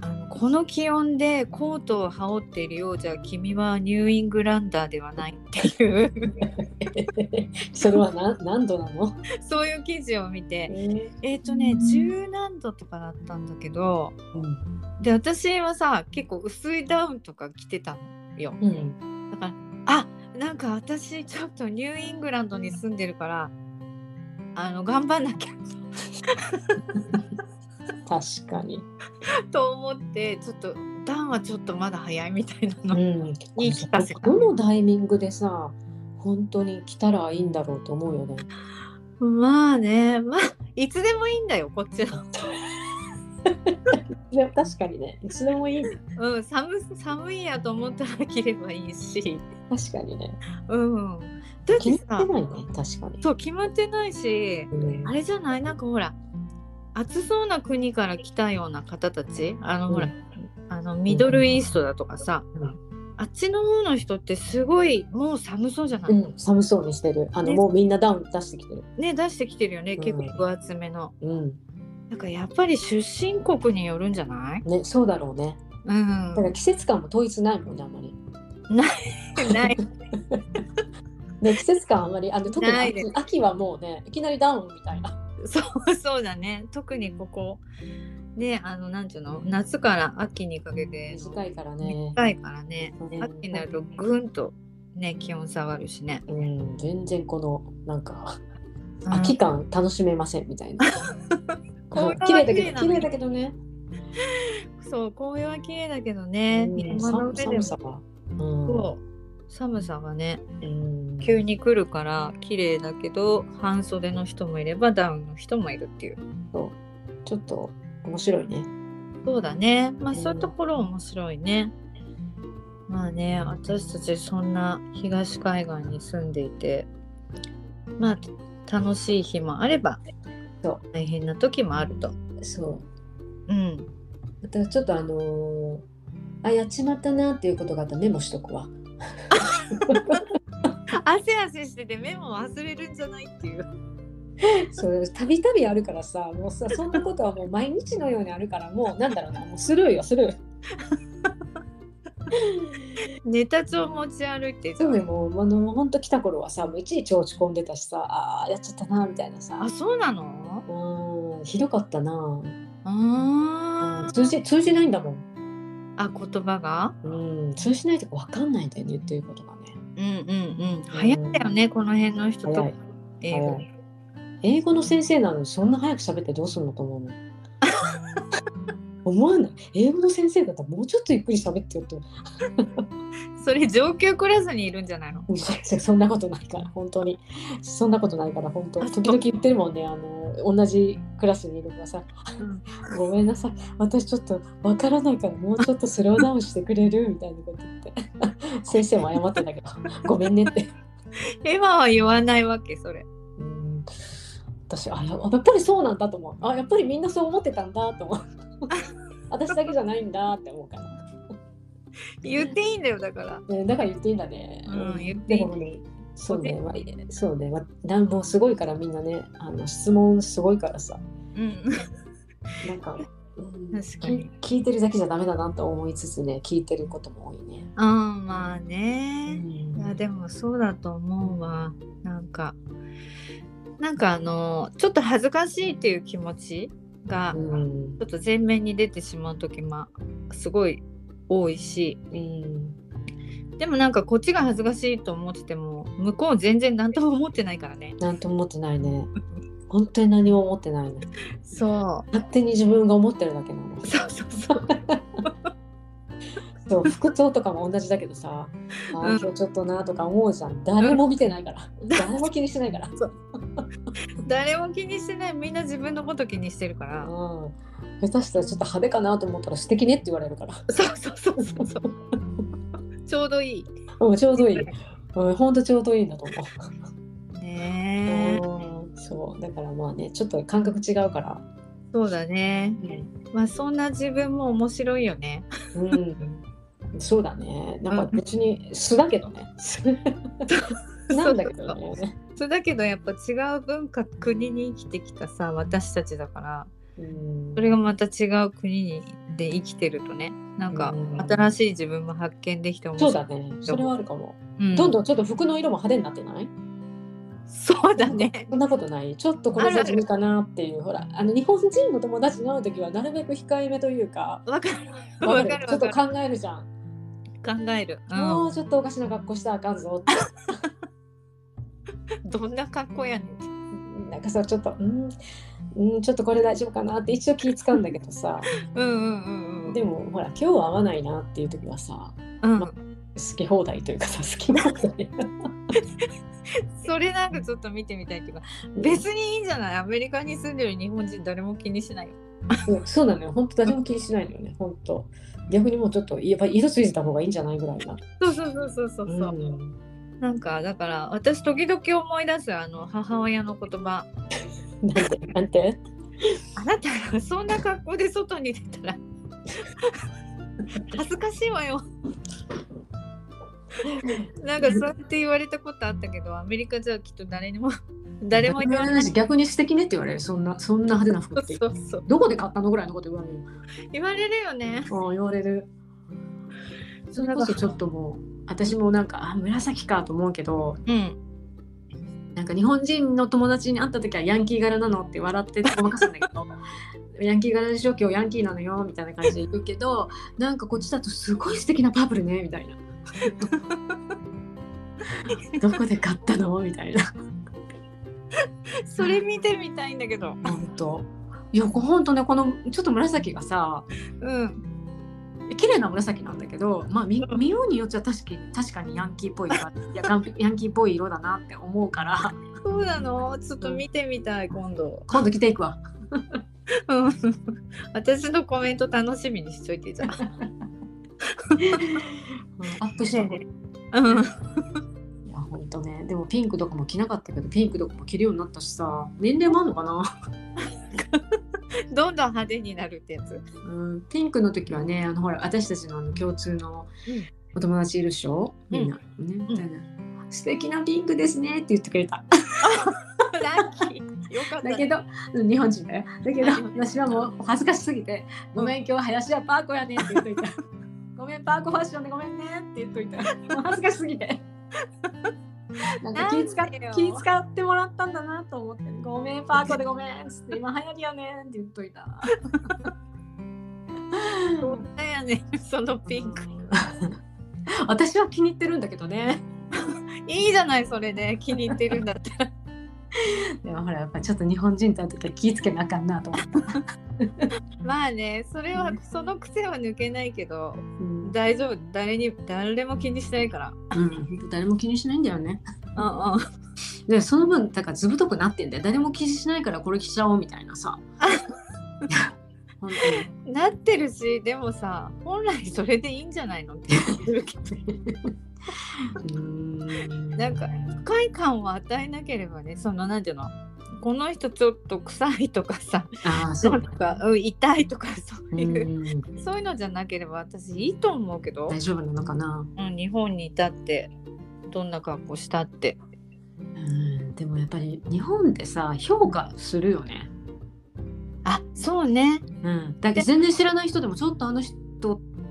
Speaker 1: あのこの気温でコートを羽織っているようじゃ君はニューイングランダーではないっていう
Speaker 2: それはな何度なの？
Speaker 1: そういう記事を見て
Speaker 2: え
Speaker 1: えっ、とね10何度とかだったんだけど
Speaker 2: うん。
Speaker 1: で私はさ結構薄いダウンとか着てたのよ
Speaker 2: うん。
Speaker 1: だからあなんか私ちょっとニューイングランドに住んでるからあの頑張んなきゃ
Speaker 2: 確かに。
Speaker 1: と思ってちょっとダウンはちょっとまだ早いみたいなの、
Speaker 2: ん。
Speaker 1: 言い聞かせた
Speaker 2: どのタイミングでさ、本当に来たらいいんだろうと思うよね。
Speaker 1: まあねまあいつでもいいんだよこっちは、
Speaker 2: いや確かにね。いつでもいい。
Speaker 1: うん、寒寒いやと思ったら着ればいいし
Speaker 2: 確かにね。
Speaker 1: うんだっ
Speaker 2: 気
Speaker 1: て
Speaker 2: に入
Speaker 1: さ
Speaker 2: ってないね。確かに。
Speaker 1: そう決まってないし
Speaker 2: うん
Speaker 1: あれじゃないなんかほら暑そうな国から来たような方たちあのほら、あのミドルイーストだとかさ、
Speaker 2: うん
Speaker 1: あっちの方の人ってすごいもう寒そうじゃない、
Speaker 2: うん、寒そうにしてる。あの、
Speaker 1: ね
Speaker 2: もうみんなダウン出してきてる。
Speaker 1: ね出してきてるよね
Speaker 2: うん
Speaker 1: 結構分厚めの、
Speaker 2: うん。
Speaker 1: なんかやっぱり出身国によるんじゃない
Speaker 2: ね、そうだろうね。
Speaker 1: う
Speaker 2: だ
Speaker 1: ん
Speaker 2: から季節感も統一ないもんね、あんまり。
Speaker 1: ない
Speaker 2: ね、季節感あんまり、あの、特に
Speaker 1: ない
Speaker 2: 秋
Speaker 1: です
Speaker 2: 秋はもうね、いきなりダウンみたいな。
Speaker 1: そうそうだね特にここねあのなんていうの夏から秋にかけて
Speaker 2: 短いからね。
Speaker 1: 短いからね
Speaker 2: うん
Speaker 1: 秋になるとぐんとね気温下がるしね、
Speaker 2: うん、全然この、なんか、
Speaker 1: うん
Speaker 2: 秋感楽しめませんみた いな。
Speaker 1: 紅葉は
Speaker 2: 綺麗だけ
Speaker 1: 綺麗
Speaker 2: ど、
Speaker 1: な
Speaker 2: 綺
Speaker 1: の
Speaker 2: 麗だけどね。
Speaker 1: そう紅葉は綺麗だけどね、
Speaker 2: うん、
Speaker 1: 山の
Speaker 2: 寒
Speaker 1: 上でも
Speaker 2: 寒さが。うん
Speaker 1: そう寒さがね
Speaker 2: うん。
Speaker 1: 急に来るから綺麗だけど半袖の人もいればダウンの人もいるっていう
Speaker 2: ちょっと面白いね。
Speaker 1: そうだねまあ
Speaker 2: うん
Speaker 1: そういうところ面白いねまあね私たちそんな東海岸に住んでいてまあ楽しい日もあれば
Speaker 2: そ
Speaker 1: 大変な時もあると
Speaker 2: そ
Speaker 1: う
Speaker 2: う。
Speaker 1: ん
Speaker 2: またちょっとあのーあやっちまったなっていうことがあったらメモしとくわ。
Speaker 1: 汗汗しててメモ忘れるんじゃないっていう
Speaker 2: そうたびたびあるからさもうさそんなことはもう毎日のようにあるからもうなんだろうなもうスルーよスルー。
Speaker 1: ネタ帳持ち歩いて
Speaker 2: そうねもうあの本当来た頃はさもういちいち落ち込んでたしさあーやっちゃったなみたいなさ
Speaker 1: あそうなの
Speaker 2: うーんひどかったな
Speaker 1: あー
Speaker 2: 通じ通じないんだもん
Speaker 1: あ言葉が
Speaker 2: うん通じないとか分かんないんだよね言ってることがね
Speaker 1: うんうんうん流行ったよね、この辺の人
Speaker 2: 早
Speaker 1: と
Speaker 2: い
Speaker 1: 英語
Speaker 2: 早い英語の先生なのにそんな早く喋ってどうするのと思うの思わない英語の先生だったらもうちょっとゆっくり喋ってよと
Speaker 1: それ上級クラスにいるんじゃないの
Speaker 2: そんなことないから本当にそんなことないから本当時々言ってるもんねあの同じクラスにいるからさ「ごめんなさい私ちょっとわからないからもうちょっとスローダウンしてくれる」みたいなこと言って先生も謝ってんだけど「ごめんね」って
Speaker 1: 今は言わないわけそれ
Speaker 2: うん私あややっぱりそうなんだと思うあやっぱりみんなそう思ってたんだと思う私だけじゃないんだって思うから、
Speaker 1: 言っていいんだよだから
Speaker 2: ね、だから言っていいんだね、
Speaker 1: うん言っていい
Speaker 2: でもねそうね、まあ、そうね、まあ、なんもうすごいからみんなねあの質問すごいからさ
Speaker 1: うん
Speaker 2: なんか、うん
Speaker 1: 確かに
Speaker 2: き聞いてるだけじゃダメだなと思いつつね聞いてることも多いね、
Speaker 1: あーまあ
Speaker 2: う
Speaker 1: ね、いや
Speaker 2: ん、
Speaker 1: でもそうだと思うわなんかなんかあのちょっと恥ずかしいっていう気持ちが
Speaker 2: う
Speaker 1: ち
Speaker 2: ん
Speaker 1: ょっと前面に出てしまう時もすごい多いし
Speaker 2: うん
Speaker 1: でもなんかこっちが恥ずかしいと思ってても向こう全然何とも思ってないからね
Speaker 2: なんとも思ってないね本当に何も思ってないね
Speaker 1: そ
Speaker 2: 勝手に自分が思ってるだけなの
Speaker 1: うそうそうそう
Speaker 2: そう服装とかも同じだけどさ、あ
Speaker 1: う
Speaker 2: ー
Speaker 1: ん
Speaker 2: 今日ちょっとなとか思うじゃん誰も見てないから、誰も気にしてないから、
Speaker 1: 誰も気にしてないみんな自分のこと気にしてるから
Speaker 2: うん、下手したらちょっと派手かなと思ったら素敵ねって言われるから
Speaker 1: そうそうそうそうそうちょうどいい
Speaker 2: うんちょうどいい、うん、ほんとちょうどいいんだと思う、
Speaker 1: ね
Speaker 2: そうだからまあねちょっと感覚違うから、
Speaker 1: そうだね。まあそんな自分も面白いよね。
Speaker 2: うん、そうだねなんか別に素だけどねなんだけど
Speaker 1: そう
Speaker 2: ね、
Speaker 1: そうだけどやっぱ違う文化国に生きてきたさ私たちだから
Speaker 2: うん、
Speaker 1: それがまた違う国にで生きてるとねなんか
Speaker 2: うん
Speaker 1: 新しい自分も発見できて面白
Speaker 2: そ
Speaker 1: いう
Speaker 2: だねそれはあるかも、
Speaker 1: うん
Speaker 2: どんどんちょっと服の色も派手になってない
Speaker 1: そうだね
Speaker 2: そんなことないちょっとこれが自分かなっていうほらあの日本人の友達に会う時はなるべく控えめというか
Speaker 1: わかる わかる
Speaker 2: ちょ
Speaker 1: わか
Speaker 2: っと
Speaker 1: る
Speaker 2: 考えるじゃん、
Speaker 1: 考える、
Speaker 2: も
Speaker 1: う
Speaker 2: うちょっとおかしな格好したらあかんぞって
Speaker 1: ん、どんな格好やねんって
Speaker 2: なんかさちょっとうんうんちょっとこれ大丈夫かなって一応気使うんだけどさ
Speaker 1: うんうんうんうん
Speaker 2: でもほら今日は合わないなっていう時はさ
Speaker 1: うん、
Speaker 2: 好き放題というかさ好き放題
Speaker 1: それなんかちょっと見てみたいっていうか別にいいんじゃないアメリカに住んでる日本人誰も気にしないよ
Speaker 2: そうそうなのよ本当誰も気にしないのよね本当逆にもうちょっとやっぱ色ついてた方がいいんじゃないぐらいな
Speaker 1: そうそうそうそうそうそう、
Speaker 2: ん
Speaker 1: なんかだから私時々思い出すあの母親の言葉
Speaker 2: なんてなんて
Speaker 1: あなたがそんな格好で外に出たら恥ずかしいわよなんかそうやって言われたことあったけどアメリカじゃきっと誰にも誰も言わない
Speaker 2: し逆に素敵ねって言われるそんなそんな派手な服
Speaker 1: そう
Speaker 2: って
Speaker 1: そうそう
Speaker 2: どこで買ったのぐらいのこと言われる
Speaker 1: 言われるよね
Speaker 2: ああ言われるそれこそちょっともう私もなんかあ紫かと思うけど
Speaker 1: うん
Speaker 2: なんか日本人の友達に会った時はヤンキー柄なのって笑ってごまかすんだけど ヤンキー柄でしょ今日ヤンキーなのよみたいな感じで言うけどなんかこっちだとすごい素敵なパープルねみたい などこで買ったのみたいな
Speaker 1: それ見てみたいんだけど
Speaker 2: 本当いや本当ねこのちょっと紫がさ
Speaker 1: うん
Speaker 2: 綺麗な紫なんだけど、まあ、見見ようによっちゃ確かに確かにヤンキーっぽいか いやヤンヤンキーっぽい色だなって思うから
Speaker 1: そうなのちょっと見てみたい今度
Speaker 2: 今度着ていくわ
Speaker 1: うん私のコメント楽しみにしといてじゃあ
Speaker 2: アップしてね
Speaker 1: うん
Speaker 2: いや本当ねでもピンクとかも着なかったけどピンクとかも着るようになったしさ年齢もあるのかな、
Speaker 1: どんどん派手になるってやつ。
Speaker 2: うん、ピンクの時はねあのほら私たちのあの共通の
Speaker 1: うん
Speaker 2: お友達いるでしょみんな、ねみたいな素敵なピンクですねって言ってくれ
Speaker 1: ラ
Speaker 2: た
Speaker 1: ッキー。よかった、
Speaker 2: だけど、うん日本人だよだけど私はもう恥ずかしすぎて「ごめん今日林はパーコやね」って言っといた「ごめんパーコファッションでごめんね」って言っといたもう恥ずかしすぎてなんか気使っ
Speaker 1: なんでよ
Speaker 2: 気使ってもらったんだなと思って「ごめんパーコでごめん」っつって「今流行りやねん」って言っといた
Speaker 1: ど。だよね、そのピンク。
Speaker 2: 私は気に入ってるんだけどね
Speaker 1: いいじゃない、それで、気に入ってるんだ って。
Speaker 2: でもほらやっぱちょっと日本人と会う時は気ぃつけなあかんなと思って、
Speaker 1: まあね、それは、その癖は抜けないけど、
Speaker 2: うん
Speaker 1: 大丈夫、誰に、誰も気にしないから。
Speaker 2: うん、誰も気にしないんだよね
Speaker 1: うんうん。
Speaker 2: でその分だからずぶとくなってんだよ誰も気にしないからこれ着ちゃおうみたい なさいや本
Speaker 1: なってるし、でもさ、本来それでいいんじゃないの って言うけど。
Speaker 2: 当にうーん
Speaker 1: なんか、不快感を与えなければね、その、なんていうの。この人ちょっと臭いとかさ、
Speaker 2: ああそう
Speaker 1: な
Speaker 2: だ
Speaker 1: んか、うん、痛いとか、そう
Speaker 2: う
Speaker 1: いう。
Speaker 2: ーん
Speaker 1: そういうのじゃなければ私いいと思うけど、
Speaker 2: 大丈夫なのかな
Speaker 1: うん、日本にいたってどんな格好したって
Speaker 2: うんでもやっぱり日本でさ評価するよね、
Speaker 1: あそうね
Speaker 2: うん、だけど全然知らない人でもちょっとあの人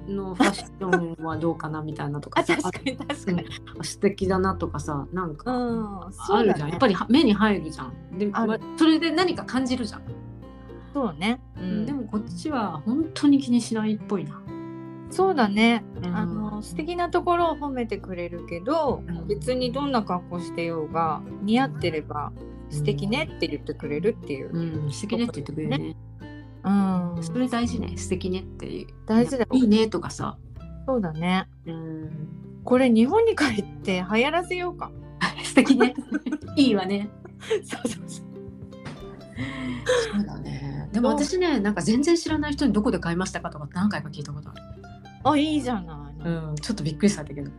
Speaker 2: のファッションはどうかなみたいなとか
Speaker 1: あ
Speaker 2: さ
Speaker 1: 確かに確かに
Speaker 2: あ素敵だなとかさなん
Speaker 1: う
Speaker 2: か
Speaker 1: ん、
Speaker 2: あ
Speaker 1: そう
Speaker 2: る
Speaker 1: だ
Speaker 2: じゃん、や
Speaker 1: ね
Speaker 2: っぱり目に入るじゃんで、
Speaker 1: ある
Speaker 2: まそれで何か感じるじゃん
Speaker 1: そうね、うん、
Speaker 2: でもこっちは本当に気にしないっぽいな。
Speaker 1: そうだね、
Speaker 2: ん
Speaker 1: あの素敵なところを褒めてくれるけど、
Speaker 2: うん
Speaker 1: 別にどんな格好してようが似合ってれば素敵ねって言ってくれるっていう、
Speaker 2: うん、素敵ねって言ってくれるね。
Speaker 1: うん
Speaker 2: それ大事ね、素敵ねっていう。
Speaker 1: 大事だよ
Speaker 2: いいねとかさ。
Speaker 1: そうだね
Speaker 2: うん、
Speaker 1: これ日本に帰って流行らせようか
Speaker 2: 素敵 ね。いいわね。
Speaker 1: そうそうそう
Speaker 2: そうだね。でも私ね、なんか全然知らない人にどこで買いましたかとか何回か聞いたことある。
Speaker 1: あいいじゃない、
Speaker 2: うん、ちょっとびっくりしたんだけど。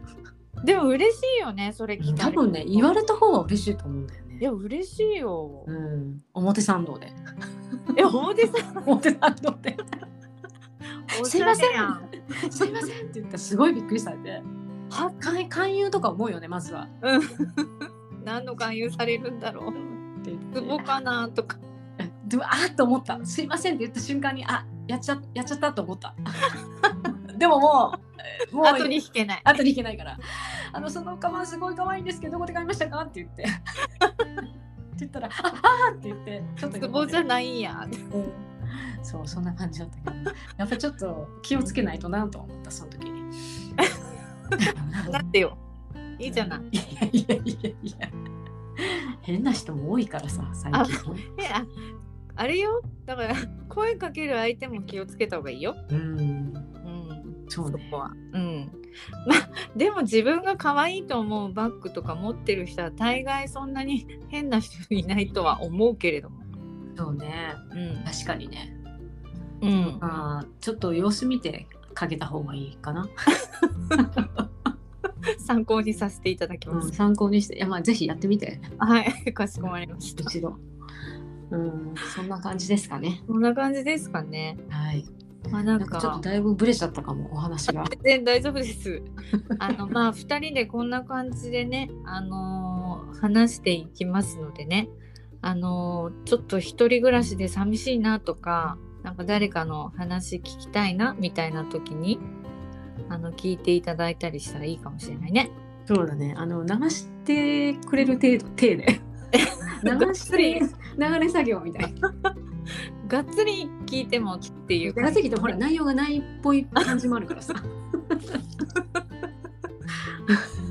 Speaker 1: でも嬉しいよねそれ聞かれる
Speaker 2: 多分ね、言われた方は嬉しいと思うんだよね。
Speaker 1: いや嬉しいよ
Speaker 2: う。ん、表参道で。
Speaker 1: え表さん
Speaker 2: 表参道で。
Speaker 1: お
Speaker 2: すい
Speaker 1: し
Speaker 2: ま
Speaker 1: ゃ
Speaker 2: せん
Speaker 1: れやん。
Speaker 2: すいませんって言ったらすごいびっくりされて。は勧勧誘とか思うよね、まずは。
Speaker 1: 何の勧誘されるんだろう。
Speaker 2: って言って
Speaker 1: ツボかなとか。
Speaker 2: でもあーっと思った。すいませんって言った瞬間に、あやっちゃやっちゃったと思った。 でももう、もう
Speaker 1: 後に引けない。
Speaker 2: 後に引けないから。あの、そのカバンすごい可愛いんですけど、どこで買いましたかって言って。って言ったら、ああーって言って、ちょっと
Speaker 1: ツボじゃないんや。
Speaker 2: うんそう、そんな感じだったけど、やっぱちょっと気をつけないとなと思った、その時 に。
Speaker 1: だってよ。いいじゃない。
Speaker 2: いやいやいやいや。変な人も多いからさ、最近。
Speaker 1: えああれよ。だから声かける相手も気をつけた方がいいよ。
Speaker 2: うん、
Speaker 1: うん。
Speaker 2: そう
Speaker 1: そ
Speaker 2: ね。
Speaker 1: こは。うん。まあでも自分が可愛いと思うバッグとか持ってる人は大概そんなに変な人いないとは思うけれども。
Speaker 2: そうね。
Speaker 1: うん。
Speaker 2: 確かにね。
Speaker 1: うん。
Speaker 2: あーちょっと様子見てかけた方がいいかな。
Speaker 1: 参考にさせていただき
Speaker 2: う
Speaker 1: ま
Speaker 2: ん、
Speaker 1: す。
Speaker 2: 参考にして、いやまあぜひやってみて。
Speaker 1: はい、 かしこまりました。
Speaker 2: 一度。うん、そんな感じですかね。
Speaker 1: こんな感じですかね。
Speaker 2: はい。
Speaker 1: まあな
Speaker 2: なんんかちょっ
Speaker 1: か
Speaker 2: とだいぶブレちゃったかもお話が。
Speaker 1: 全然大丈夫です。あのまあ2人でこんな感じでね、あのー話していきますのでね、あのーちょっと一人暮らしで寂しいなとか、なんか誰かの話聞きたいなみたいな時に、あの聞いていただいたりしたらいいかもしれないね。
Speaker 2: そうだね。あの流してくれる程度手で 流して流れ作業みたいな。
Speaker 1: がっつり聞いてもっていう
Speaker 2: 長すぎてほら内容がないっぽい感じもあるから さ。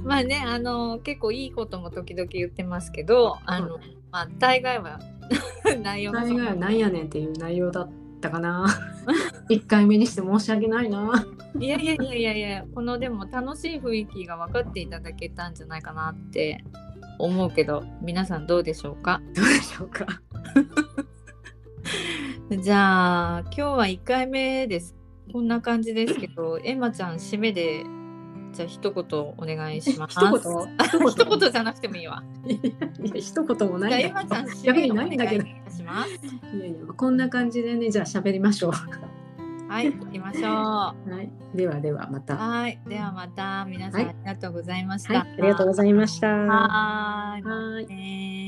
Speaker 1: まあね、あの結構いいことも時々言ってますけど、あの、まあ大概は 内容がそ
Speaker 2: 大
Speaker 1: ん
Speaker 2: 概はなんやねんっていう内容だったかな。 一回目にして申し訳ない な。
Speaker 1: いやいやいやいやいや、このでも楽しい雰囲気が分かっていただけたんじゃないかなって思うけど、皆さんどうでしょうか
Speaker 2: どうでしょうか。
Speaker 1: じゃあ、今日は1回目です。こんな感じですけど、エマちゃん、締めで、じゃあ一言お願いします。
Speaker 2: 一言
Speaker 1: 一言じゃなくてもいいわ。
Speaker 2: いや一言も
Speaker 1: じゃ
Speaker 2: な
Speaker 1: あ、
Speaker 2: い
Speaker 1: エ
Speaker 2: ん
Speaker 1: マ
Speaker 2: だけ
Speaker 1: ち
Speaker 2: ど
Speaker 1: ゃん、締めでお願いい
Speaker 2: 逆にないんだ
Speaker 1: たします。
Speaker 2: いやいやこんな感じでねじゃあ喋りましょう。
Speaker 1: はい、行きましょう。
Speaker 2: はい。ではではまた。は
Speaker 1: はい、ではまた皆さん
Speaker 2: は
Speaker 1: ありがとうございまし
Speaker 2: い。
Speaker 1: た。
Speaker 2: ありがとうございました。
Speaker 1: はーい、ま
Speaker 2: はーい
Speaker 1: たねー